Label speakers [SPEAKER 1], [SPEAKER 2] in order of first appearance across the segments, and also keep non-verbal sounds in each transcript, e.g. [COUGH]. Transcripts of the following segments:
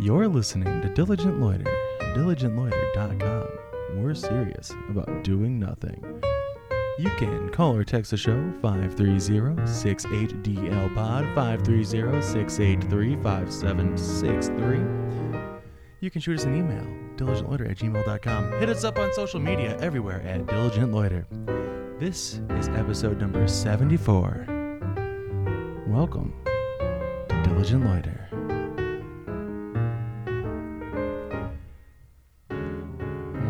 [SPEAKER 1] You're listening to Diligent Loiter, diligentloiter.com. We're serious about doing nothing. You can call or text the show 530-68DL-POD, 530-683-5763. You can shoot us an email, diligentloiter at gmail.com. Hit us up on social media everywhere at Diligent Loiter. This is episode number 74. Welcome to Diligent Loiter. I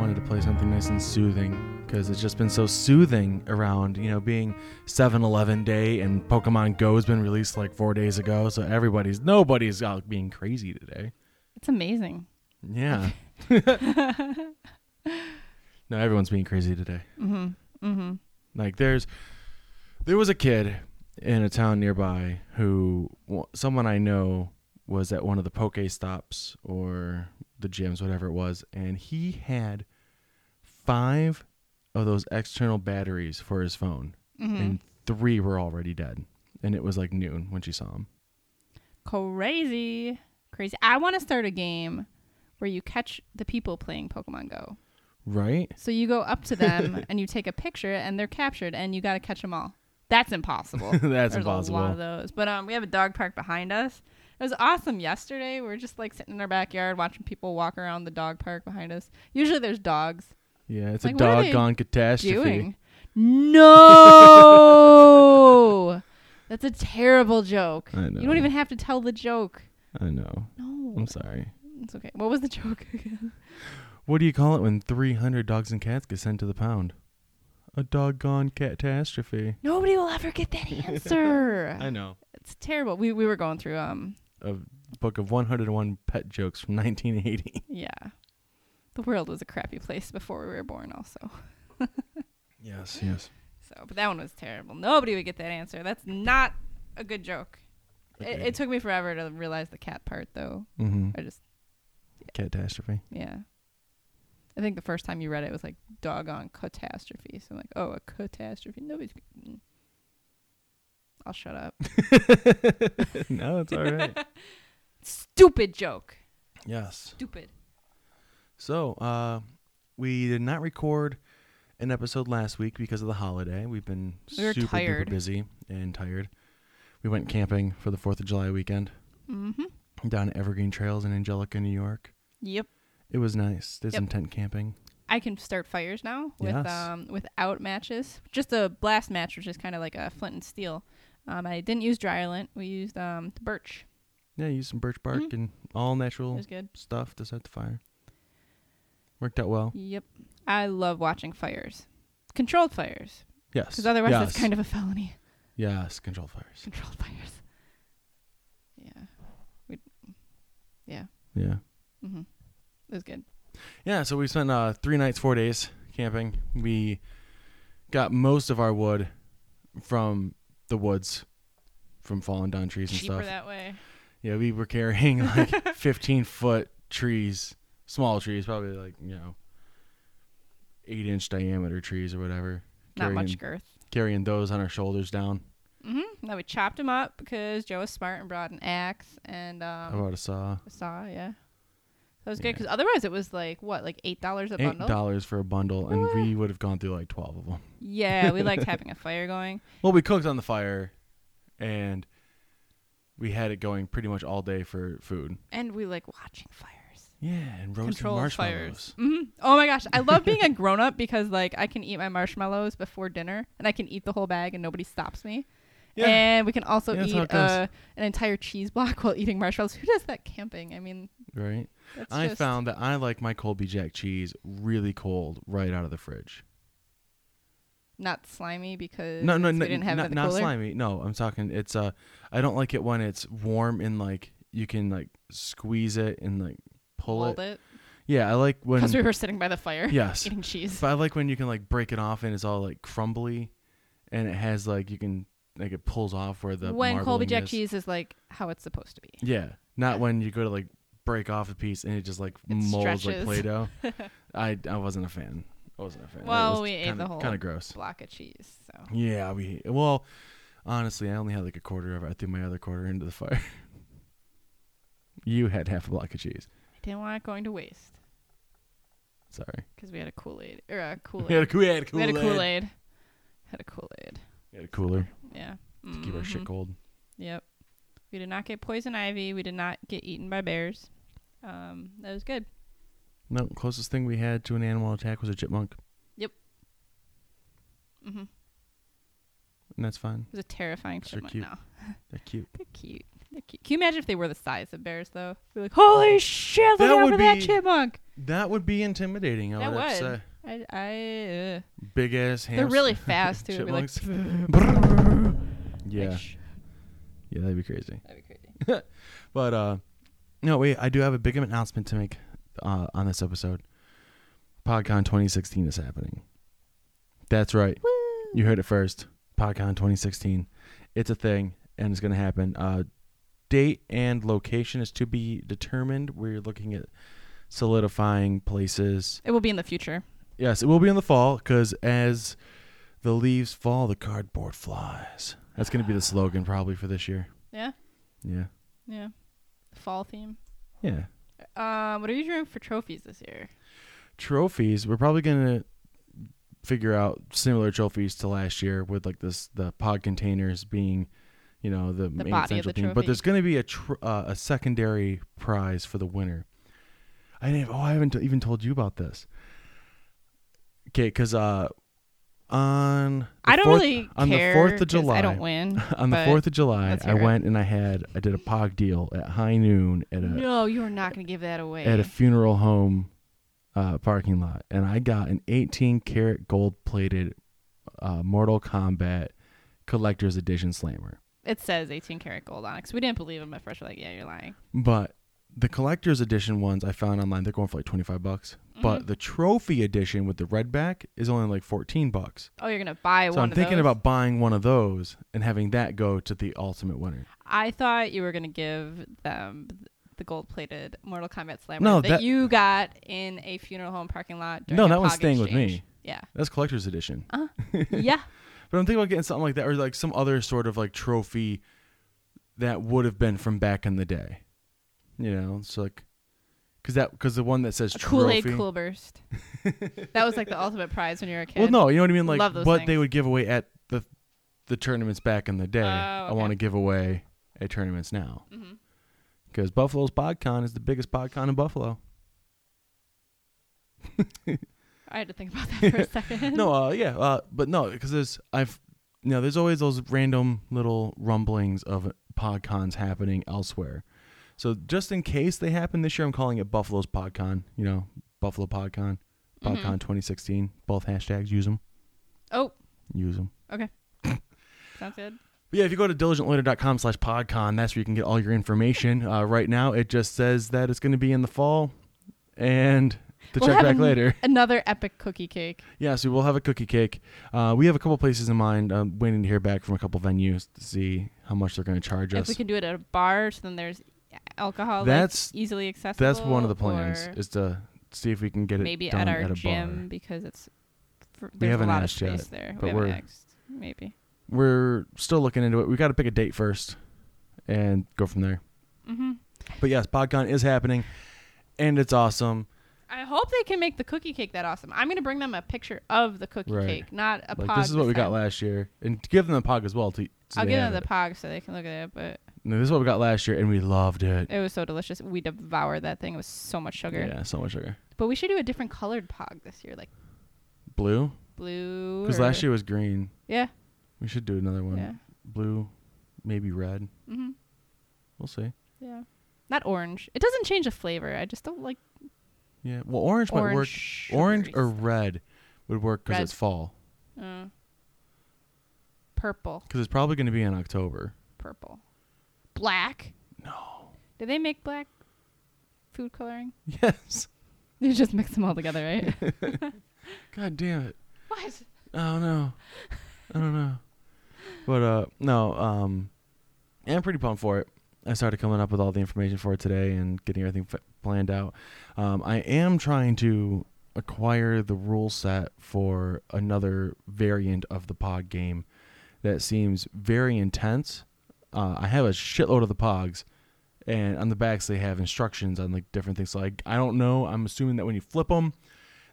[SPEAKER 1] wanted to play something nice and soothing because it's just been so soothing around, you know, being 7 Eleven day and Pokemon Go has been released like four days ago. So everybody's, nobody's out being crazy today.
[SPEAKER 2] It's amazing.
[SPEAKER 1] Yeah. [LAUGHS] no, everyone's being crazy today.
[SPEAKER 2] Mm-hmm. Mm-hmm.
[SPEAKER 1] Like there's there was a kid in a town nearby who w- someone I know was at one of the poke stops or the gyms whatever it was and he had 5 of those external batteries for his phone
[SPEAKER 2] Mm-hmm.
[SPEAKER 1] and 3 were already dead and it was like noon when she saw him.
[SPEAKER 2] Crazy. Crazy. I want to start a game where you catch the people playing Pokemon Go.
[SPEAKER 1] Right? [LAUGHS]
[SPEAKER 2] So you go up to them and you take a picture and they're captured and you got to catch them all. That's impossible.
[SPEAKER 1] [LAUGHS] That's
[SPEAKER 2] There's
[SPEAKER 1] impossible.
[SPEAKER 2] a lot of those. But um, we have a dog park behind us. It was awesome yesterday. We were just like sitting in our backyard watching people walk around the dog park behind us. Usually there's dogs.
[SPEAKER 1] yeah, it's a
[SPEAKER 2] Like, what are they
[SPEAKER 1] doggone catastrophe.
[SPEAKER 2] doing? No,
[SPEAKER 1] [LAUGHS]
[SPEAKER 2] that's a terrible joke.
[SPEAKER 1] I know.
[SPEAKER 2] You don't even have to tell the joke.
[SPEAKER 1] I know.
[SPEAKER 2] No,
[SPEAKER 1] I'm sorry.
[SPEAKER 2] it's okay. What was the [LAUGHS] joke again?
[SPEAKER 1] What do you call it when 300 dogs and cats get sent to the pound? A doggone catastrophe.
[SPEAKER 2] Nobody will ever get that [LAUGHS] answer.
[SPEAKER 1] know.
[SPEAKER 2] it's terrible. We we were going through um
[SPEAKER 1] A book of 101 pet jokes from 1980.
[SPEAKER 2] yeah, the world was a crappy place before we were born also. [LAUGHS]
[SPEAKER 1] Yes, yes.
[SPEAKER 2] So, but that one was terrible. Nobody would get that answer. That's not a good joke. It,
[SPEAKER 1] Okay.
[SPEAKER 2] it took me forever to realize the cat part though.
[SPEAKER 1] Mm-hmm.
[SPEAKER 2] I just
[SPEAKER 1] [LAUGHS] Catastrophe.
[SPEAKER 2] Yeah. I think the first time you read it was like doggone catastrophe. So I'm like, oh, a catastrophe. Nobody's. mm. I'll shut up.
[SPEAKER 1] no, it's all right.
[SPEAKER 2] [LAUGHS] Stupid joke.
[SPEAKER 1] yes.
[SPEAKER 2] Stupid.
[SPEAKER 1] So, uh, we did not record an episode last week because of the holiday. We've been
[SPEAKER 2] We were
[SPEAKER 1] super
[SPEAKER 2] tired.
[SPEAKER 1] duper busy and tired. We went camping for the 4th of July weekend
[SPEAKER 2] Mm-hmm.
[SPEAKER 1] down at Evergreen Trails in Angelica, New York.
[SPEAKER 2] Yep.
[SPEAKER 1] It was nice. Did
[SPEAKER 2] Yep.
[SPEAKER 1] some tent camping.
[SPEAKER 2] I can start fires now with
[SPEAKER 1] Yes.
[SPEAKER 2] um without matches. Just a blast match, which is kind of like a flint and steel. Um, I didn't use dry lint. We used um birch.
[SPEAKER 1] Yeah, use some birch bark
[SPEAKER 2] Mhm.
[SPEAKER 1] and all
[SPEAKER 2] It
[SPEAKER 1] natural
[SPEAKER 2] was good.
[SPEAKER 1] stuff to set the fire. Worked out well.
[SPEAKER 2] Yep. I love watching fires, controlled fires,
[SPEAKER 1] Yes.
[SPEAKER 2] because otherwise
[SPEAKER 1] yes.
[SPEAKER 2] that's kind of a felony. [LAUGHS]
[SPEAKER 1] yes, control fires.
[SPEAKER 2] controlled fires. Yeah. We, yeah.
[SPEAKER 1] Yeah.
[SPEAKER 2] Mm-hmm. It was good.
[SPEAKER 1] Yeah. So we spent uh, three nights, four days camping. We got most of our wood from the woods, from fallen down trees and
[SPEAKER 2] Cheaper
[SPEAKER 1] stuff.
[SPEAKER 2] that way.
[SPEAKER 1] Yeah, we were
[SPEAKER 2] [LAUGHS]
[SPEAKER 1] carrying like 15 foot trees, small trees, probably like you know, eight inch diameter trees or whatever.
[SPEAKER 2] Not
[SPEAKER 1] carrying,
[SPEAKER 2] much girth.
[SPEAKER 1] Carrying those on our shoulders down.
[SPEAKER 2] Mm-hmm. No, we chopped him up because Joe was smart and brought an axe and
[SPEAKER 1] I
[SPEAKER 2] um,
[SPEAKER 1] bought a saw.
[SPEAKER 2] a saw. Yeah. That was good
[SPEAKER 1] Oh, Yeah.
[SPEAKER 2] because otherwise it was like, what, like $8 a
[SPEAKER 1] eight
[SPEAKER 2] bundle?
[SPEAKER 1] dollars for a bundle, and
[SPEAKER 2] What?
[SPEAKER 1] we would have gone through like twelve of them.
[SPEAKER 2] Yeah,
[SPEAKER 1] [LAUGHS]
[SPEAKER 2] we liked having a fire going.
[SPEAKER 1] Well, we cooked on the fire, and we had it going pretty much all day for food.
[SPEAKER 2] And we like watching fires.
[SPEAKER 1] Yeah, and roasted
[SPEAKER 2] Control
[SPEAKER 1] marshmallows.
[SPEAKER 2] fires. hmm Oh my gosh, I love being a grown up because like I can eat my marshmallows before dinner, and I can eat the whole bag, and nobody stops me.
[SPEAKER 1] Yeah,
[SPEAKER 2] And we can also
[SPEAKER 1] Yeah, that's how
[SPEAKER 2] eat
[SPEAKER 1] it goes.
[SPEAKER 2] uh, an entire cheese block [LAUGHS] while eating marshmallows. Who does that camping? I mean,
[SPEAKER 1] right.
[SPEAKER 2] that's
[SPEAKER 1] I
[SPEAKER 2] just
[SPEAKER 1] found that I like my Colby Jack cheese really cold, right out of the fridge.
[SPEAKER 2] not slimy because
[SPEAKER 1] No, no, no,
[SPEAKER 2] we didn't have it
[SPEAKER 1] not,
[SPEAKER 2] in the
[SPEAKER 1] not
[SPEAKER 2] cooler.
[SPEAKER 1] slimy. No, I'm talking. It's uh, I don't like it when it's warm and like you can like squeeze it and like pull
[SPEAKER 2] Hold
[SPEAKER 1] it.
[SPEAKER 2] it
[SPEAKER 1] Yeah, I like
[SPEAKER 2] [LAUGHS]
[SPEAKER 1] when.
[SPEAKER 2] because we were sitting by the fire
[SPEAKER 1] yes,
[SPEAKER 2] [LAUGHS] eating cheese.
[SPEAKER 1] But I like when you can like break it off and it's all like crumbly, and it has like you can like it pulls off where the
[SPEAKER 2] [LAUGHS] when Colby
[SPEAKER 1] marbling
[SPEAKER 2] Jack
[SPEAKER 1] is.
[SPEAKER 2] cheese is like how it's supposed
[SPEAKER 1] [LAUGHS]
[SPEAKER 2] to be.
[SPEAKER 1] Yeah, not
[SPEAKER 2] Yeah.
[SPEAKER 1] when you go to like break off a piece and it just like
[SPEAKER 2] It
[SPEAKER 1] molds like
[SPEAKER 2] stretches.
[SPEAKER 1] Play-Doh. I I wasn't a fan. I wasn't a fan.
[SPEAKER 2] Well, we ate the whole-
[SPEAKER 1] kind of gross.
[SPEAKER 2] [LAUGHS] Block of cheese. So
[SPEAKER 1] Yeah, we well, honestly, I only had like a quarter of it. I threw my other quarter into the fire. [LAUGHS] You had half a block of cheese.
[SPEAKER 2] I didn't want it going to waste
[SPEAKER 1] Sorry. [LAUGHS]
[SPEAKER 2] because we had a Kool Aid or a Kool
[SPEAKER 1] We had a
[SPEAKER 2] Aid.
[SPEAKER 1] Kool Aid.
[SPEAKER 2] we had a Kool Aid. Had a Kool Aid.
[SPEAKER 1] We had a cooler
[SPEAKER 2] Yeah.
[SPEAKER 1] to keep our shit
[SPEAKER 2] Mhm.
[SPEAKER 1] cold.
[SPEAKER 2] Yep. We did not get poison ivy. We did not get eaten by bears. Um, that was good.
[SPEAKER 1] No, closest thing we had to an animal attack was a chipmunk,
[SPEAKER 2] hmm It
[SPEAKER 1] and that's fine.
[SPEAKER 2] was a terrifying
[SPEAKER 1] They're
[SPEAKER 2] chipmunk.
[SPEAKER 1] cute.
[SPEAKER 2] No,
[SPEAKER 1] They're cute.
[SPEAKER 2] they're cute. They're cute. Can you imagine if they were the size of bears, though? We're like, holy shit, look
[SPEAKER 1] That
[SPEAKER 2] out
[SPEAKER 1] would
[SPEAKER 2] for that
[SPEAKER 1] be-
[SPEAKER 2] chipmunk.
[SPEAKER 1] That would be intimidating. I
[SPEAKER 2] That
[SPEAKER 1] would, have to
[SPEAKER 2] would.
[SPEAKER 1] say.
[SPEAKER 2] I, I, uh,
[SPEAKER 1] Big ass hands.
[SPEAKER 2] they're
[SPEAKER 1] [LAUGHS]
[SPEAKER 2] really fast too. It'd be like,
[SPEAKER 1] Chipmunks.
[SPEAKER 2] [LAUGHS]
[SPEAKER 1] yeah,
[SPEAKER 2] like, shh.
[SPEAKER 1] yeah, that'd be crazy.
[SPEAKER 2] That'd be crazy.
[SPEAKER 1] [LAUGHS] But uh, no, wait, I do have a big announcement to make uh, on this episode. PodCon 2016 is happening. That's right. You heard it first. PodCon 2016. It's a thing, and it's going to happen. Uh, date and location is to be determined. We're looking at solidifying places.
[SPEAKER 2] It will be in the future.
[SPEAKER 1] Yes, it will be in the fall because as the leaves fall, the cardboard flies. That's going to be the slogan probably for this year.
[SPEAKER 2] Yeah,
[SPEAKER 1] Yeah.
[SPEAKER 2] yeah. Fall theme.
[SPEAKER 1] Yeah.
[SPEAKER 2] Um, what are you doing for trophies this year?
[SPEAKER 1] trophies, we're probably gonna figure out similar trophies to last year with like this the pod containers being, you know, the, main
[SPEAKER 2] body of
[SPEAKER 1] central
[SPEAKER 2] the
[SPEAKER 1] thing. But
[SPEAKER 2] trophy.
[SPEAKER 1] there's gonna be a tr- uh, a secondary prize for the winner. I didn't. Oh, I haven't t- even told you about this. Okay, because uh, on the
[SPEAKER 2] I don't
[SPEAKER 1] fourth-
[SPEAKER 2] really
[SPEAKER 1] on the
[SPEAKER 2] care
[SPEAKER 1] 4th of
[SPEAKER 2] 'cause I
[SPEAKER 1] July.
[SPEAKER 2] don't
[SPEAKER 1] [LAUGHS]
[SPEAKER 2] win.
[SPEAKER 1] on the
[SPEAKER 2] but
[SPEAKER 1] fourth of July,
[SPEAKER 2] let's
[SPEAKER 1] I
[SPEAKER 2] hear it.
[SPEAKER 1] went and I had I did a pog deal at high noon at a
[SPEAKER 2] no, you are not going to give that away.
[SPEAKER 1] at a funeral home uh, parking lot, and I got an 18 karat gold plated uh, Mortal Kombat collector's edition slammer.
[SPEAKER 2] It says 18 karat gold on it 'cause we didn't believe him at first. We're like, yeah, you're lying.
[SPEAKER 1] But the collector's edition ones I found online, they're going for like 25 bucks.
[SPEAKER 2] Mhm.
[SPEAKER 1] But the trophy edition with the red back is only like 14 bucks.
[SPEAKER 2] oh, you're gonna buy
[SPEAKER 1] So
[SPEAKER 2] one.
[SPEAKER 1] I'm
[SPEAKER 2] of
[SPEAKER 1] thinking
[SPEAKER 2] those?
[SPEAKER 1] about buying one of those and having that go to the ultimate winner.
[SPEAKER 2] I thought you were gonna give them the gold-plated Mortal Kombat Slammer
[SPEAKER 1] No,
[SPEAKER 2] that,
[SPEAKER 1] that-
[SPEAKER 2] you got in a funeral home parking lot. During
[SPEAKER 1] No,
[SPEAKER 2] a
[SPEAKER 1] that one's
[SPEAKER 2] POG
[SPEAKER 1] staying with me.
[SPEAKER 2] exchange. Yeah,
[SPEAKER 1] That's collector's edition. [LAUGHS]
[SPEAKER 2] yeah.
[SPEAKER 1] But I'm thinking about getting something like that or like some other sort of like trophy that would have been from back in the day. You know, it's like cuz that cuz the one that says
[SPEAKER 2] A
[SPEAKER 1] trophy.
[SPEAKER 2] Kool-Aid
[SPEAKER 1] [LAUGHS]
[SPEAKER 2] Cool Burst. that was like the ultimate prize when you were a kid.
[SPEAKER 1] Well, no, you know what I mean like
[SPEAKER 2] Love
[SPEAKER 1] what
[SPEAKER 2] those
[SPEAKER 1] they
[SPEAKER 2] things.
[SPEAKER 1] would give away at the the tournaments back in the day.
[SPEAKER 2] Oh,
[SPEAKER 1] I
[SPEAKER 2] okay.
[SPEAKER 1] want to give away at tournaments now
[SPEAKER 2] Mhm.
[SPEAKER 1] cuz Buffalo's PodCon is the biggest PodCon in Buffalo.
[SPEAKER 2] I had to think about
[SPEAKER 1] [LAUGHS]
[SPEAKER 2] that for a second. [LAUGHS]
[SPEAKER 1] no, uh, yeah, uh, but no, because there's I've you know there's always those random little rumblings of podcons happening elsewhere. So just in case they happen this year, I'm calling it Buffalo's PodCon. You know, Buffalo PodCon, PodCon
[SPEAKER 2] Mhm.
[SPEAKER 1] 2016. Both hashtags. Use them.
[SPEAKER 2] Oh,
[SPEAKER 1] Use them.
[SPEAKER 2] sounds good.
[SPEAKER 1] But yeah, if you go to diligentloiter.com slash podcon, that's where you can get all your information. Uh, right now, it just says that it's going to be in the fall and to
[SPEAKER 2] We'll
[SPEAKER 1] check
[SPEAKER 2] have
[SPEAKER 1] back
[SPEAKER 2] an-
[SPEAKER 1] later.
[SPEAKER 2] Another epic cookie cake.
[SPEAKER 1] Yeah, so we'll have a cookie cake. Uh, we have a couple places in mind. I'm waiting to hear back from a couple venues to see how much they're going to charge
[SPEAKER 2] If
[SPEAKER 1] us.
[SPEAKER 2] we can do it at a bar, so then there's alcohol like,
[SPEAKER 1] That's-
[SPEAKER 2] easily accessible.
[SPEAKER 1] That's one of the plans
[SPEAKER 2] or
[SPEAKER 1] is to see if we can get it
[SPEAKER 2] maybe
[SPEAKER 1] done
[SPEAKER 2] at our
[SPEAKER 1] a
[SPEAKER 2] gym
[SPEAKER 1] bar. because
[SPEAKER 2] because it's fr- there's a
[SPEAKER 1] haven't
[SPEAKER 2] lot of
[SPEAKER 1] asked yet,
[SPEAKER 2] space there.
[SPEAKER 1] but
[SPEAKER 2] we haven't
[SPEAKER 1] we're-
[SPEAKER 2] asked. Maybe.
[SPEAKER 1] We're still looking into it. We got to pick a date first and go from there.
[SPEAKER 2] hmm
[SPEAKER 1] But yes, PodCon is happening, and it's awesome.
[SPEAKER 2] I hope they can make the cookie cake that awesome. I'm gonna bring them a picture of the cookie
[SPEAKER 1] Right.
[SPEAKER 2] cake, not a
[SPEAKER 1] like
[SPEAKER 2] pog.
[SPEAKER 1] this is what we got
[SPEAKER 2] time.
[SPEAKER 1] last year, and give them the POG as well. To, so
[SPEAKER 2] I'll
[SPEAKER 1] they
[SPEAKER 2] give
[SPEAKER 1] have
[SPEAKER 2] them the
[SPEAKER 1] it.
[SPEAKER 2] pog so they can look at it, but
[SPEAKER 1] No, this is what we got last year, and we loved it.
[SPEAKER 2] it was so delicious. We devoured that thing. It was so much sugar.
[SPEAKER 1] Yeah, so much sugar.
[SPEAKER 2] But we should do a different colored pog this year, like
[SPEAKER 1] Blue,
[SPEAKER 2] blue.
[SPEAKER 1] because
[SPEAKER 2] or-
[SPEAKER 1] last year was green.
[SPEAKER 2] Yeah.
[SPEAKER 1] We should do another one.
[SPEAKER 2] Yeah.
[SPEAKER 1] Blue, maybe red.
[SPEAKER 2] hmm
[SPEAKER 1] We'll see.
[SPEAKER 2] Yeah. Not orange. It doesn't change the flavor. I just don't like
[SPEAKER 1] Yeah. Well, orange, might work.
[SPEAKER 2] orange.
[SPEAKER 1] Orange or
[SPEAKER 2] sugary
[SPEAKER 1] red would work because
[SPEAKER 2] Red.
[SPEAKER 1] it's fall.
[SPEAKER 2] stuff. Uh, purple.
[SPEAKER 1] Because it's probably going to be in October. [LAUGHS]
[SPEAKER 2] Purple. Black.
[SPEAKER 1] No.
[SPEAKER 2] Do they make black food coloring? [LAUGHS]
[SPEAKER 1] Yes.
[SPEAKER 2] You just mix them all together,
[SPEAKER 1] [LAUGHS]
[SPEAKER 2] right?
[SPEAKER 1] God damn it.
[SPEAKER 2] what?
[SPEAKER 1] I don't know. I don't know. But uh, no. Um, I'm pretty pumped for it. I started coming up with all the information for it today and getting everything f- planned out. Um, I am trying to acquire the rule set for another variant of the Pog game that seems very intense. Uh, I have a shitload of the Pogs, and on the backs they have instructions on like different things. So like I don't know. I'm assuming that when you flip them,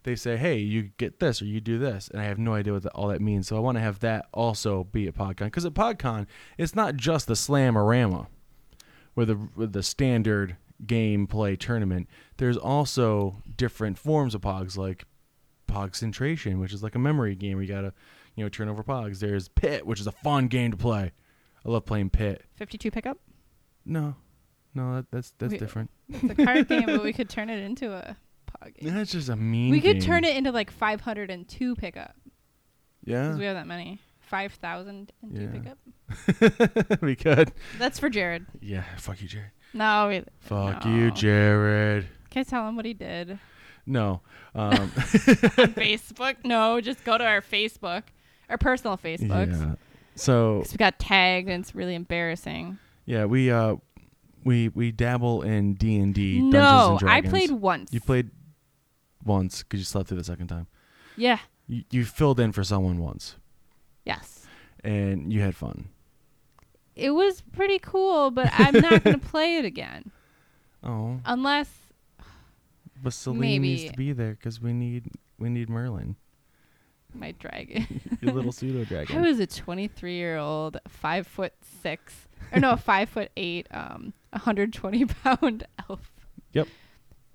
[SPEAKER 1] they say, "Hey, you get this or you do this," and I have no idea what that all that means. So I want to have that also be at PodCon because at PodCon it's not just the Slamorama, where the with the standard gameplay tournament. There's also different forms of Pogs like Pog Centration, which is like a memory game where you gotta you know turn over Pogs. There's Pit, which is a fun game to play. I love playing Pit.
[SPEAKER 2] 52 pickup?
[SPEAKER 1] No, no, that, that's that's
[SPEAKER 2] Wait.
[SPEAKER 1] different.
[SPEAKER 2] It's a card game, but we could turn it into a pog game.
[SPEAKER 1] That's just a mean.
[SPEAKER 2] we could
[SPEAKER 1] game.
[SPEAKER 2] turn it into like 502 pickup.
[SPEAKER 1] Yeah,
[SPEAKER 2] Because [LAUGHS] we have that many. 5,002
[SPEAKER 1] Yeah. [LAUGHS]
[SPEAKER 2] pickup?
[SPEAKER 1] we could.
[SPEAKER 2] That's for Jared.
[SPEAKER 1] Yeah, fuck you, Jared.
[SPEAKER 2] No, we,
[SPEAKER 1] Fuck
[SPEAKER 2] no.
[SPEAKER 1] you, Jared.
[SPEAKER 2] Can I tell him what he did [LAUGHS]
[SPEAKER 1] No. Um,
[SPEAKER 2] on Facebook? No, just go to our Facebook, our personal [LAUGHS] Facebooks.
[SPEAKER 1] yeah. So
[SPEAKER 2] 'Cause we got tagged and it's really embarrassing.
[SPEAKER 1] yeah, we uh, we we dabble in D and D.
[SPEAKER 2] no,
[SPEAKER 1] Dungeons and
[SPEAKER 2] I
[SPEAKER 1] Dragons.
[SPEAKER 2] played once.
[SPEAKER 1] You played once because you slept through the second time.
[SPEAKER 2] Yeah.
[SPEAKER 1] You, you filled in for someone once,
[SPEAKER 2] Yes.
[SPEAKER 1] and you had fun.
[SPEAKER 2] It was pretty cool, but I'm
[SPEAKER 1] [LAUGHS]
[SPEAKER 2] not going to play it again
[SPEAKER 1] Oh,
[SPEAKER 2] unless
[SPEAKER 1] but Celine needs
[SPEAKER 2] maybe.
[SPEAKER 1] to be there because we need we need Merlin,
[SPEAKER 2] my dragon.
[SPEAKER 1] your little pseudo dragon.
[SPEAKER 2] [LAUGHS] I was a 23 year old, five foot six,
[SPEAKER 1] [LAUGHS]
[SPEAKER 2] or no, five foot eight, um, 120 pound [LAUGHS] elf.
[SPEAKER 1] Yep.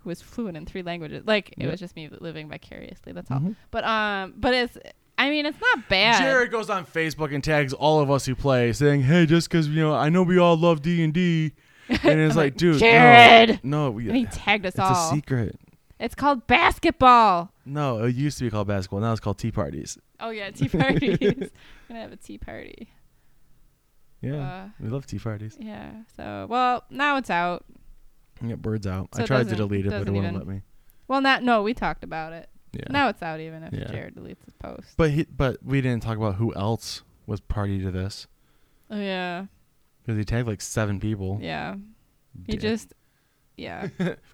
[SPEAKER 2] Who was fluent in three languages. Like it
[SPEAKER 1] Yep.
[SPEAKER 2] was just me living vicariously. That's all.
[SPEAKER 1] Mhm.
[SPEAKER 2] But um, but it's. I mean, it's not bad.
[SPEAKER 1] Jared goes on Facebook and tags all of us who play, saying, "Hey, just because you know, I know we all love D and D," and it's
[SPEAKER 2] I'm
[SPEAKER 1] like,
[SPEAKER 2] [LAUGHS] like,
[SPEAKER 1] dude, no,
[SPEAKER 2] Jared!"
[SPEAKER 1] no, we,
[SPEAKER 2] and he
[SPEAKER 1] it's
[SPEAKER 2] tagged us
[SPEAKER 1] a
[SPEAKER 2] all.
[SPEAKER 1] secret.
[SPEAKER 2] it's called basketball.
[SPEAKER 1] No, it used to be called basketball. Now it's called tea parties.
[SPEAKER 2] Oh
[SPEAKER 1] [LAUGHS]
[SPEAKER 2] yeah, tea parties. I'm gonna have a tea party.
[SPEAKER 1] Yeah,
[SPEAKER 2] Uh,
[SPEAKER 1] we love tea parties.
[SPEAKER 2] yeah. So well, now it's out.
[SPEAKER 1] We got birds out.
[SPEAKER 2] So
[SPEAKER 1] I
[SPEAKER 2] it
[SPEAKER 1] tried to
[SPEAKER 2] doesn't-
[SPEAKER 1] delete it, but it
[SPEAKER 2] doesn't
[SPEAKER 1] wouldn't
[SPEAKER 2] even-
[SPEAKER 1] let me.
[SPEAKER 2] Well, not no. We talked about it.
[SPEAKER 1] Yeah.
[SPEAKER 2] Now it's out. Even if
[SPEAKER 1] Yeah.
[SPEAKER 2] Jared deletes his post.
[SPEAKER 1] But he, but we didn't talk about who else was party to this
[SPEAKER 2] oh yeah.
[SPEAKER 1] because he tagged like seven people.
[SPEAKER 2] Yeah. He
[SPEAKER 1] Dick.
[SPEAKER 2] just,
[SPEAKER 1] [LAUGHS]
[SPEAKER 2] yeah.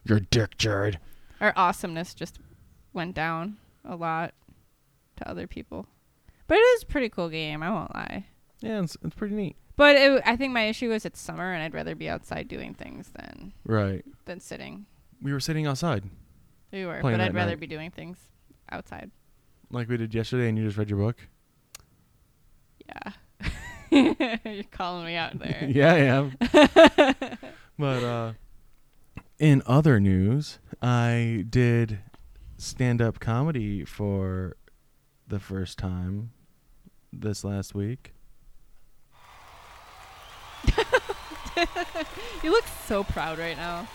[SPEAKER 1] You're a dick, Jared.
[SPEAKER 2] Our awesomeness just went down a lot to other people. But it is a pretty cool game, I won't lie.
[SPEAKER 1] Yeah, it's, it's pretty neat.
[SPEAKER 2] But it, I think my issue is it's summer and I'd rather be outside doing things than,
[SPEAKER 1] Right.
[SPEAKER 2] than sitting.
[SPEAKER 1] We were sitting outside
[SPEAKER 2] We were,
[SPEAKER 1] Playing
[SPEAKER 2] but
[SPEAKER 1] at
[SPEAKER 2] I'd rather
[SPEAKER 1] night.
[SPEAKER 2] be doing things outside.
[SPEAKER 1] like we did yesterday, and you just read your book.
[SPEAKER 2] Yeah.
[SPEAKER 1] [LAUGHS]
[SPEAKER 2] [LAUGHS] You're calling me out there.
[SPEAKER 1] yeah, I am. but uh, in other news, I did stand up comedy for the first time this last week.
[SPEAKER 2] [LAUGHS] You look so proud right now.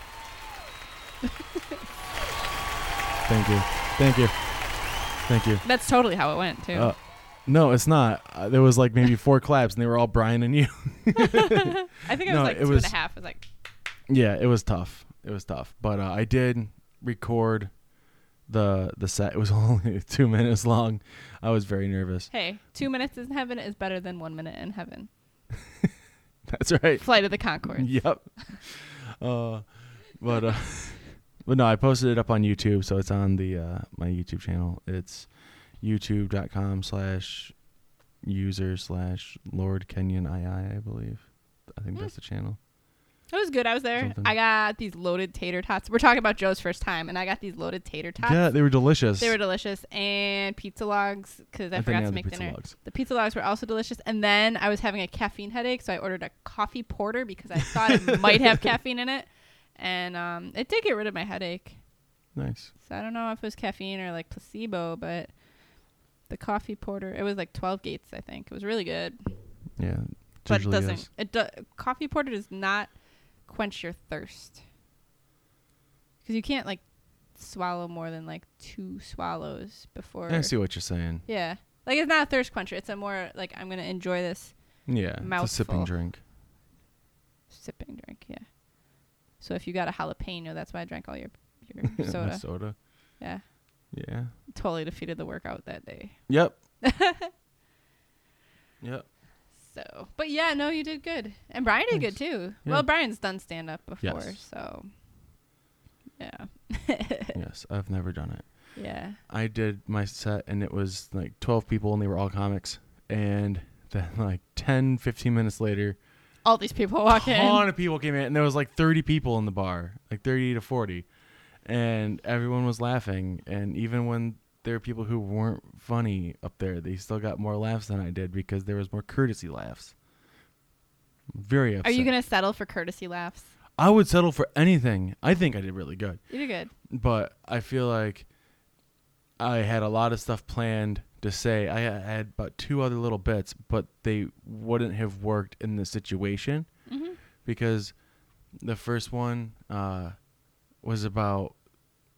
[SPEAKER 1] Thank you. Thank you. Thank you.
[SPEAKER 2] That's totally how it went, too.
[SPEAKER 1] Uh, no, it's not. Uh, there was like maybe four claps, and they were all Brian and you. [LAUGHS]
[SPEAKER 2] I think I
[SPEAKER 1] no,
[SPEAKER 2] was like
[SPEAKER 1] it
[SPEAKER 2] two and a half.
[SPEAKER 1] was-
[SPEAKER 2] I was like,
[SPEAKER 1] yeah, it was tough. It was tough, but uh, I did record the the set. It was [LAUGHS] only two minutes long. I was very nervous. [LAUGHS]
[SPEAKER 2] hey, two minutes in heaven is better than one minute in heaven.
[SPEAKER 1] That's right.
[SPEAKER 2] Flight of the Concord.
[SPEAKER 1] [LAUGHS] Yep. Uh, but uh, [LAUGHS] but no, I posted it up on YouTube, so it's on the uh, my YouTube channel. It's youtube.com slash user slash Lord Kenyon II, I believe. I think
[SPEAKER 2] Hmm.
[SPEAKER 1] that's the channel.
[SPEAKER 2] It was good. I was there.
[SPEAKER 1] Something.
[SPEAKER 2] I got these loaded tater tots. We're talking about Joe's first time, and I got these loaded tater tots.
[SPEAKER 1] Yeah, they were delicious.
[SPEAKER 2] They were delicious. And pizza logs, because I,
[SPEAKER 1] think
[SPEAKER 2] forgot
[SPEAKER 1] had
[SPEAKER 2] to
[SPEAKER 1] the
[SPEAKER 2] make
[SPEAKER 1] pizza
[SPEAKER 2] dinner.
[SPEAKER 1] logs.
[SPEAKER 2] The pizza logs were also delicious. And then I was having a caffeine headache, so I ordered a coffee porter because I thought
[SPEAKER 1] [LAUGHS]
[SPEAKER 2] it might have caffeine in it. And um, it did get rid of my headache.
[SPEAKER 1] Nice.
[SPEAKER 2] So I don't know if it was caffeine or like placebo, but the coffee porter, it was like 12 gates, I think. It was really good.
[SPEAKER 1] Yeah. it
[SPEAKER 2] but it
[SPEAKER 1] usually
[SPEAKER 2] doesn't.
[SPEAKER 1] is.
[SPEAKER 2] It do, coffee porter does not quench your thirst because you can't like swallow more than like two swallows before.
[SPEAKER 1] I see what you're saying.
[SPEAKER 2] Yeah, like it's not a thirst quencher. It's a more like I'm gonna enjoy this
[SPEAKER 1] Yeah. It's a sipping
[SPEAKER 2] Mouthful.
[SPEAKER 1] drink.
[SPEAKER 2] sipping drink. Yeah. So if you got a jalapeno, that's why I drank all your
[SPEAKER 1] [LAUGHS]
[SPEAKER 2] your
[SPEAKER 1] My
[SPEAKER 2] [LAUGHS] soda.
[SPEAKER 1] soda.
[SPEAKER 2] Yeah,
[SPEAKER 1] Yeah.
[SPEAKER 2] totally defeated the workout that day.
[SPEAKER 1] Yep.
[SPEAKER 2] [LAUGHS]
[SPEAKER 1] yep.
[SPEAKER 2] So, but yeah, no, you did good, and Brian did
[SPEAKER 1] Thanks.
[SPEAKER 2] good too.
[SPEAKER 1] Yeah.
[SPEAKER 2] Well, Brian's done stand up before,
[SPEAKER 1] Yes.
[SPEAKER 2] so yeah,
[SPEAKER 1] Yes. I've never done it.
[SPEAKER 2] yeah.
[SPEAKER 1] I did my set and it was like 12 people and they were all comics. And then like 10, 15 minutes later,
[SPEAKER 2] all these people walk
[SPEAKER 1] ton
[SPEAKER 2] in.
[SPEAKER 1] of people came in, and there was like 30 people in the bar, like 30 to 40, and everyone was laughing. And even when there were people who weren't funny up there, they still got more laughs than I did because there was more courtesy laughs. Very
[SPEAKER 2] Are
[SPEAKER 1] upset.
[SPEAKER 2] you gonna settle for courtesy laughs?
[SPEAKER 1] I would settle for anything. I think I did really good,
[SPEAKER 2] You did good.
[SPEAKER 1] but I feel like I had a lot of stuff planned to say. I ha- had about two other little bits, but they wouldn't have worked in the situation
[SPEAKER 2] hmm
[SPEAKER 1] because the first one uh, was about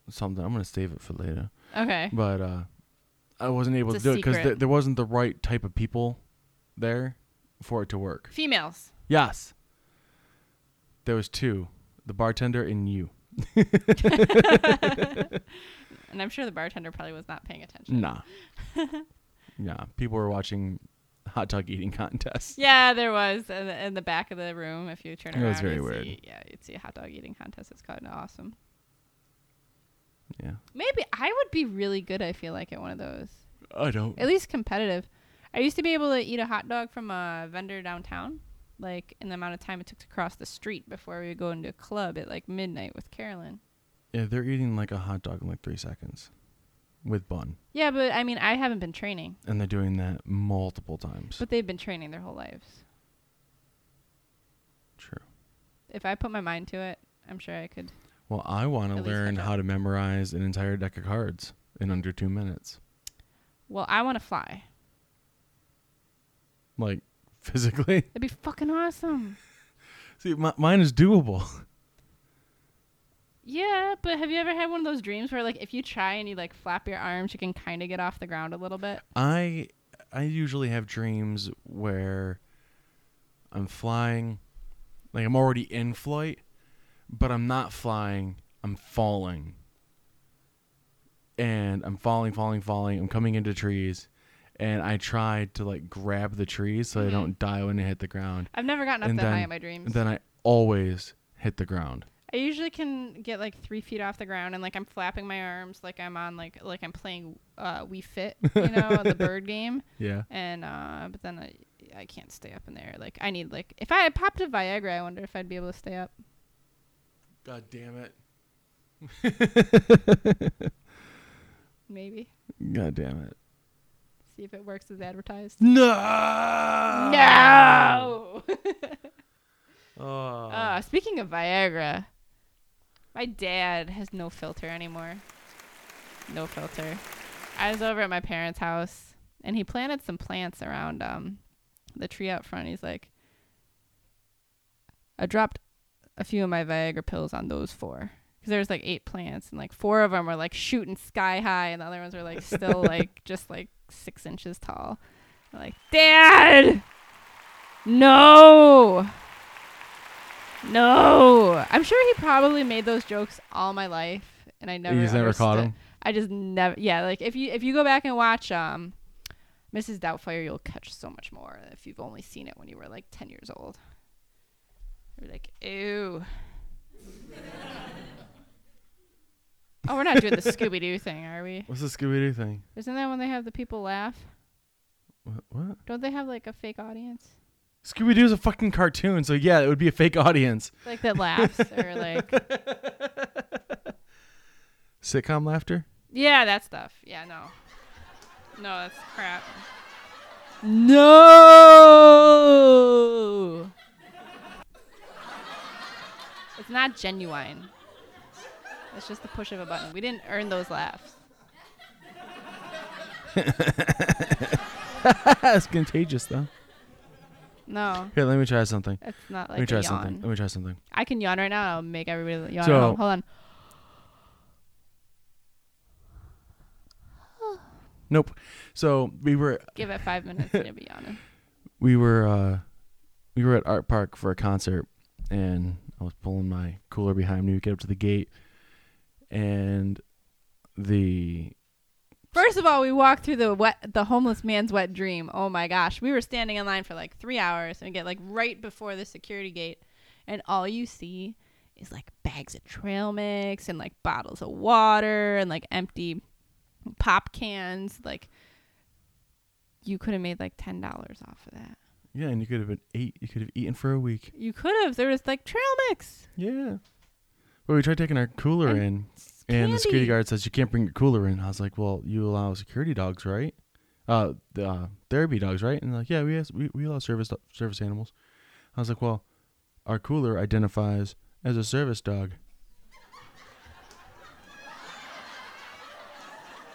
[SPEAKER 1] something. I'm gonna save it for later,
[SPEAKER 2] Okay.
[SPEAKER 1] but uh, I wasn't able
[SPEAKER 2] It's
[SPEAKER 1] to
[SPEAKER 2] a
[SPEAKER 1] do it because
[SPEAKER 2] secret.
[SPEAKER 1] th- there wasn't the right type of people there for it to work. [LAUGHS]
[SPEAKER 2] Females.
[SPEAKER 1] Yes, there was two: the bartender and you.
[SPEAKER 2] And I'm sure the bartender probably was not paying attention.
[SPEAKER 1] Nah, [LAUGHS] nah. People were watching hot dog eating contests.
[SPEAKER 2] Yeah, there was in the, in the back of the room. If you turn
[SPEAKER 1] It
[SPEAKER 2] around,
[SPEAKER 1] was very
[SPEAKER 2] you'd
[SPEAKER 1] weird.
[SPEAKER 2] See, yeah, you'd see a hot dog eating contest. It's kind of awesome.
[SPEAKER 1] Yeah,
[SPEAKER 2] Maybe I would be really good. I feel like at one of those,
[SPEAKER 1] I don't.
[SPEAKER 2] at least competitive. I used to be able to eat a hot dog from a vendor downtown, like in the amount of time it took to cross the street before we would go into a club at like midnight with Carolyn.
[SPEAKER 1] Yeah, they're eating like a hot dog in like three seconds, with bun,
[SPEAKER 2] Yeah, but I mean, I haven't been training,
[SPEAKER 1] and they're doing that multiple times.
[SPEAKER 2] but they've been training their whole lives.
[SPEAKER 1] True.
[SPEAKER 2] If I put my mind to it, I'm sure I could.
[SPEAKER 1] Well, I want
[SPEAKER 2] At
[SPEAKER 1] to
[SPEAKER 2] least I
[SPEAKER 1] learn
[SPEAKER 2] don't.
[SPEAKER 1] how to memorize an entire deck of cards in under two minutes,
[SPEAKER 2] Well, I want to fly.
[SPEAKER 1] like [LAUGHS] physically.
[SPEAKER 2] That'd be fucking awesome.
[SPEAKER 1] See, mi- mine is doable.
[SPEAKER 2] Yeah, but have you ever had one of those dreams where like if you try and you like flap your arms, you can kind of get off the ground a little bit?
[SPEAKER 1] I I usually have dreams where I'm flying, like I'm already in flight, but I'm not flying. I'm falling, and I'm falling, falling, falling. I'm coming into trees, and I try to like grab the trees so I
[SPEAKER 2] Mhm.
[SPEAKER 1] don't die when I hit the ground.
[SPEAKER 2] I've never gotten up
[SPEAKER 1] And
[SPEAKER 2] that high
[SPEAKER 1] then-
[SPEAKER 2] in my dreams.
[SPEAKER 1] then I always hit the ground.
[SPEAKER 2] I usually can get like three feet off the ground and like I'm flapping my arms like I'm on like like I'm playing uh, We Fit, you know, the bird game.
[SPEAKER 1] Yeah.
[SPEAKER 2] And uh, but then I I can't stay up in there. Like I need like if I had popped a Viagra, I wonder if I'd be able to stay up.
[SPEAKER 1] God damn it.
[SPEAKER 2] Maybe
[SPEAKER 1] God damn it.
[SPEAKER 2] see if it works as advertised.
[SPEAKER 1] No.
[SPEAKER 2] No.
[SPEAKER 1] Oh.
[SPEAKER 2] Uh, speaking of Viagra, my dad has no filter anymore. No filter. I was over at my parents' house and he planted some plants around um, the tree out front. He's like, I dropped a few of my Viagra pills on those four. Because there's like eight plants and like four of them were like shooting sky high and the other ones were like
[SPEAKER 1] [LAUGHS]
[SPEAKER 2] still like just like six inches tall. I'm like, Dad! No! No, I'm sure he probably made those jokes all my life, and I never.
[SPEAKER 1] you just never caught
[SPEAKER 2] understood-
[SPEAKER 1] him.
[SPEAKER 2] I just never. Yeah, like if you if you go back and watch um, Mrs. Doubtfire, you'll catch so much more if you've only seen it when you were like ten years old. You're like, ew. [LAUGHS] oh, we're not doing the Scooby Doo thing, are we?
[SPEAKER 1] What's the Scooby Doo thing?
[SPEAKER 2] Isn't that when they have the people laugh?
[SPEAKER 1] What? what?
[SPEAKER 2] Don't they have like a fake audience,
[SPEAKER 1] Scooby Doo is a fucking cartoon, so yeah, it would be a fake [LAUGHS] audience.
[SPEAKER 2] like that laughs or like
[SPEAKER 1] Sitcom [LAUGHS] laughter.
[SPEAKER 2] Yeah, that stuff. Yeah, no. No, that's crap.
[SPEAKER 1] No.
[SPEAKER 2] It's not genuine. It's just the push of a button. We didn't earn those laughs.
[SPEAKER 1] it's contagious though.
[SPEAKER 2] No,
[SPEAKER 1] Here, let me try something.
[SPEAKER 2] it's not
[SPEAKER 1] let me
[SPEAKER 2] like
[SPEAKER 1] try
[SPEAKER 2] a
[SPEAKER 1] something.
[SPEAKER 2] yawn.
[SPEAKER 1] Let me try something.
[SPEAKER 2] I can yawn right now. and I'll make everybody yawn.
[SPEAKER 1] So-
[SPEAKER 2] at home. Hold on.
[SPEAKER 1] Nope. So we were
[SPEAKER 2] Give it five minutes and you'll be yawning.
[SPEAKER 1] we were uh we were at Art Park for a concert and I was pulling my cooler behind me to get up to the gate and the
[SPEAKER 2] First of all, we walked through the wet, the homeless man's wet dream. Oh my gosh, we were standing in line for like three hours, and we get like right before the security gate, and all you see is like bags of trail mix and like bottles of water and like empty pop cans. Like you could have made like ten dollars off of that.
[SPEAKER 1] Yeah, and you could have been eight. You could have eaten for a week.
[SPEAKER 2] You could have. There was like trail mix.
[SPEAKER 1] Yeah. But we tried taking our cooler
[SPEAKER 2] And
[SPEAKER 1] in, and the security
[SPEAKER 2] candy.
[SPEAKER 1] guard says you can't bring your cooler in. I was like, well, you allow security dogs, right? Uh, the uh, therapy dogs, right? And they're like, yeah, we, has, we we allow service do- service animals. I was like, well, our cooler identifies as a service dog. [LAUGHS]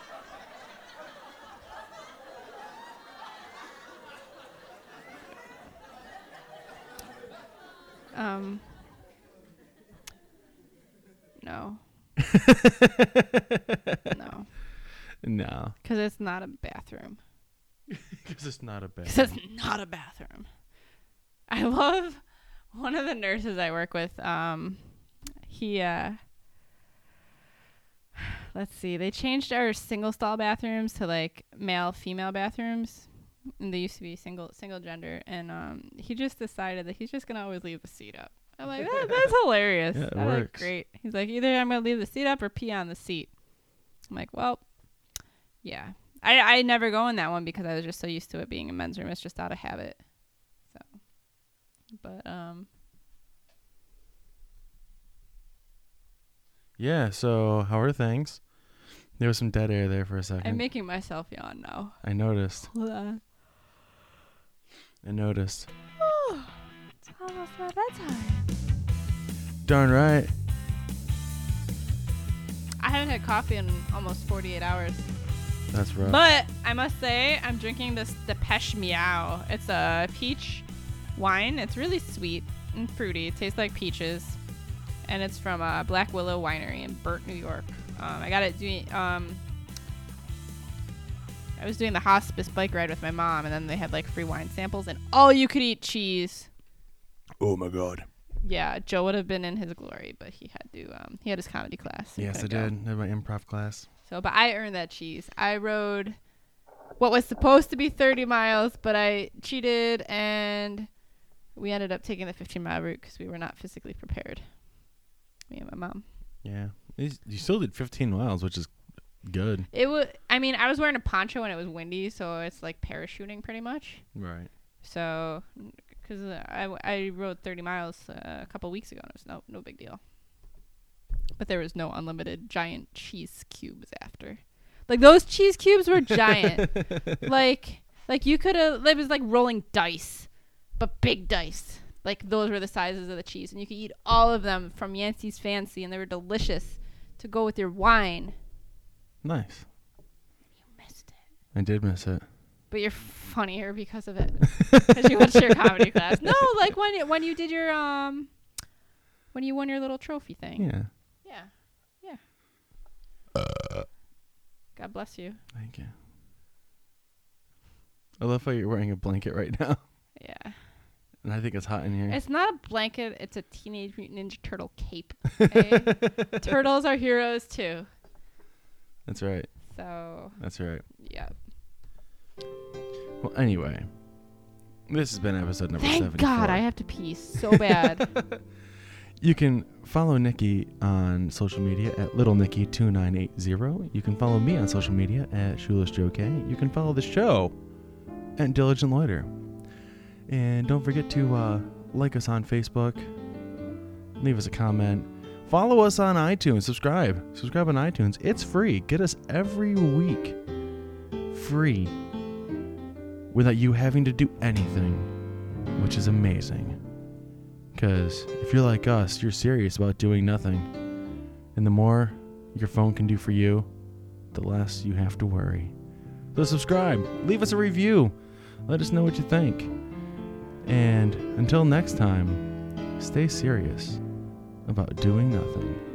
[SPEAKER 2] Um.
[SPEAKER 1] [LAUGHS]
[SPEAKER 2] No. no,
[SPEAKER 1] No,
[SPEAKER 2] because it's not a bathroom.
[SPEAKER 1] because it's not a
[SPEAKER 2] [LAUGHS]
[SPEAKER 1] bad.
[SPEAKER 2] Because it's not a bathroom. I [LAUGHS] love one of the nurses I work with. Um, he, uh, let's see, they changed our single stall bathrooms to like male female bathrooms. And they used to be single single gender, and um, he just decided that he's just gonna always leave the seat up. I'm like, that,
[SPEAKER 1] [LAUGHS]
[SPEAKER 2] that's hilarious.
[SPEAKER 1] Yeah, it
[SPEAKER 2] I'm like,
[SPEAKER 1] works.
[SPEAKER 2] great. He's like, either I'm gonna leave the seat up or pee on the seat. I'm like, well, yeah. I I never go in that one because I was just so used to it being a men's room. It's just out of habit. So, but um,
[SPEAKER 1] Yeah. So how are things? There was some dead air there for a second.
[SPEAKER 2] I'm making myself yawn now.
[SPEAKER 1] I noticed.
[SPEAKER 2] Hold on.
[SPEAKER 1] I noticed.
[SPEAKER 2] It's almost my bedtime.
[SPEAKER 1] Darn right.
[SPEAKER 2] I haven't had coffee in almost 48 hours.
[SPEAKER 1] That's rough.
[SPEAKER 2] But I must say, I'm drinking this Depeche Meow. It's a peach wine. It's really sweet and fruity. It tastes like peaches. And it's from uh, Black Willow Winery in Burt, New York. Um, I got it doing. Um, I was doing the hospice bike ride with my mom, and then they had like free wine samples and all you could eat cheese.
[SPEAKER 1] oh my god.
[SPEAKER 2] Yeah, Joe would have been in his glory, but he had to. Um, he had his comedy class. He
[SPEAKER 1] Yes, I
[SPEAKER 2] couldn't go.
[SPEAKER 1] did. I had my improv class.
[SPEAKER 2] So, but I earned that cheese. I rode what was supposed to be 30 miles, but I cheated and we ended up taking the 15 mile route because we were not physically prepared. Me and my mom.
[SPEAKER 1] Yeah. You you still did 15 miles, which is good.
[SPEAKER 2] It was. I mean, I was wearing a poncho and it was windy, so it's like parachuting pretty much.
[SPEAKER 1] Right.
[SPEAKER 2] So, because I, I rode 30 miles uh, a couple weeks ago and it was no no big deal. But there was no unlimited giant cheese cubes after. Like those cheese cubes were [LAUGHS] giant. like like you could have it was like rolling dice, but big dice. Like those were the sizes of the cheese and you could eat all of them from Yancey's Fancy and they were delicious to go with your wine.
[SPEAKER 1] [LAUGHS] Nice.
[SPEAKER 2] You missed it.
[SPEAKER 1] I did miss
[SPEAKER 2] [LAUGHS]
[SPEAKER 1] it.
[SPEAKER 2] But you're funnier because of it. Because you went
[SPEAKER 1] [LAUGHS]
[SPEAKER 2] to your comedy class. No, like when it, when you did your um, when you won your little trophy thing.
[SPEAKER 1] Yeah.
[SPEAKER 2] Yeah, yeah. God bless you.
[SPEAKER 1] Thank you. I love how you're wearing a blanket right now. [LAUGHS]
[SPEAKER 2] Yeah,
[SPEAKER 1] And I think it's hot in here.
[SPEAKER 2] it's not a blanket. It's a teenage mutant ninja turtle cape. okay? Turtles are heroes too.
[SPEAKER 1] That's right.
[SPEAKER 2] So
[SPEAKER 1] That's right.
[SPEAKER 2] yeah.
[SPEAKER 1] Well, anyway, this has been episode number
[SPEAKER 2] Thank
[SPEAKER 1] 74.
[SPEAKER 2] God I have to pee so bad.
[SPEAKER 1] You can follow Nikki on social media at LittleNikki2980. You can follow me on social media at ShoelessJoK. You can follow the show at Diligent Loiter. And don't forget to uh, like us on Facebook, leave us a comment, follow us on iTunes, subscribe. Subscribe on iTunes. It's free. Get us every week free without you having to do anything, which is amazing. Because if you're like us, you're serious about doing nothing. And the more your phone can do for you, the less you have to worry. So subscribe, leave us a review, let us know what you think. And until next time, stay serious about doing nothing.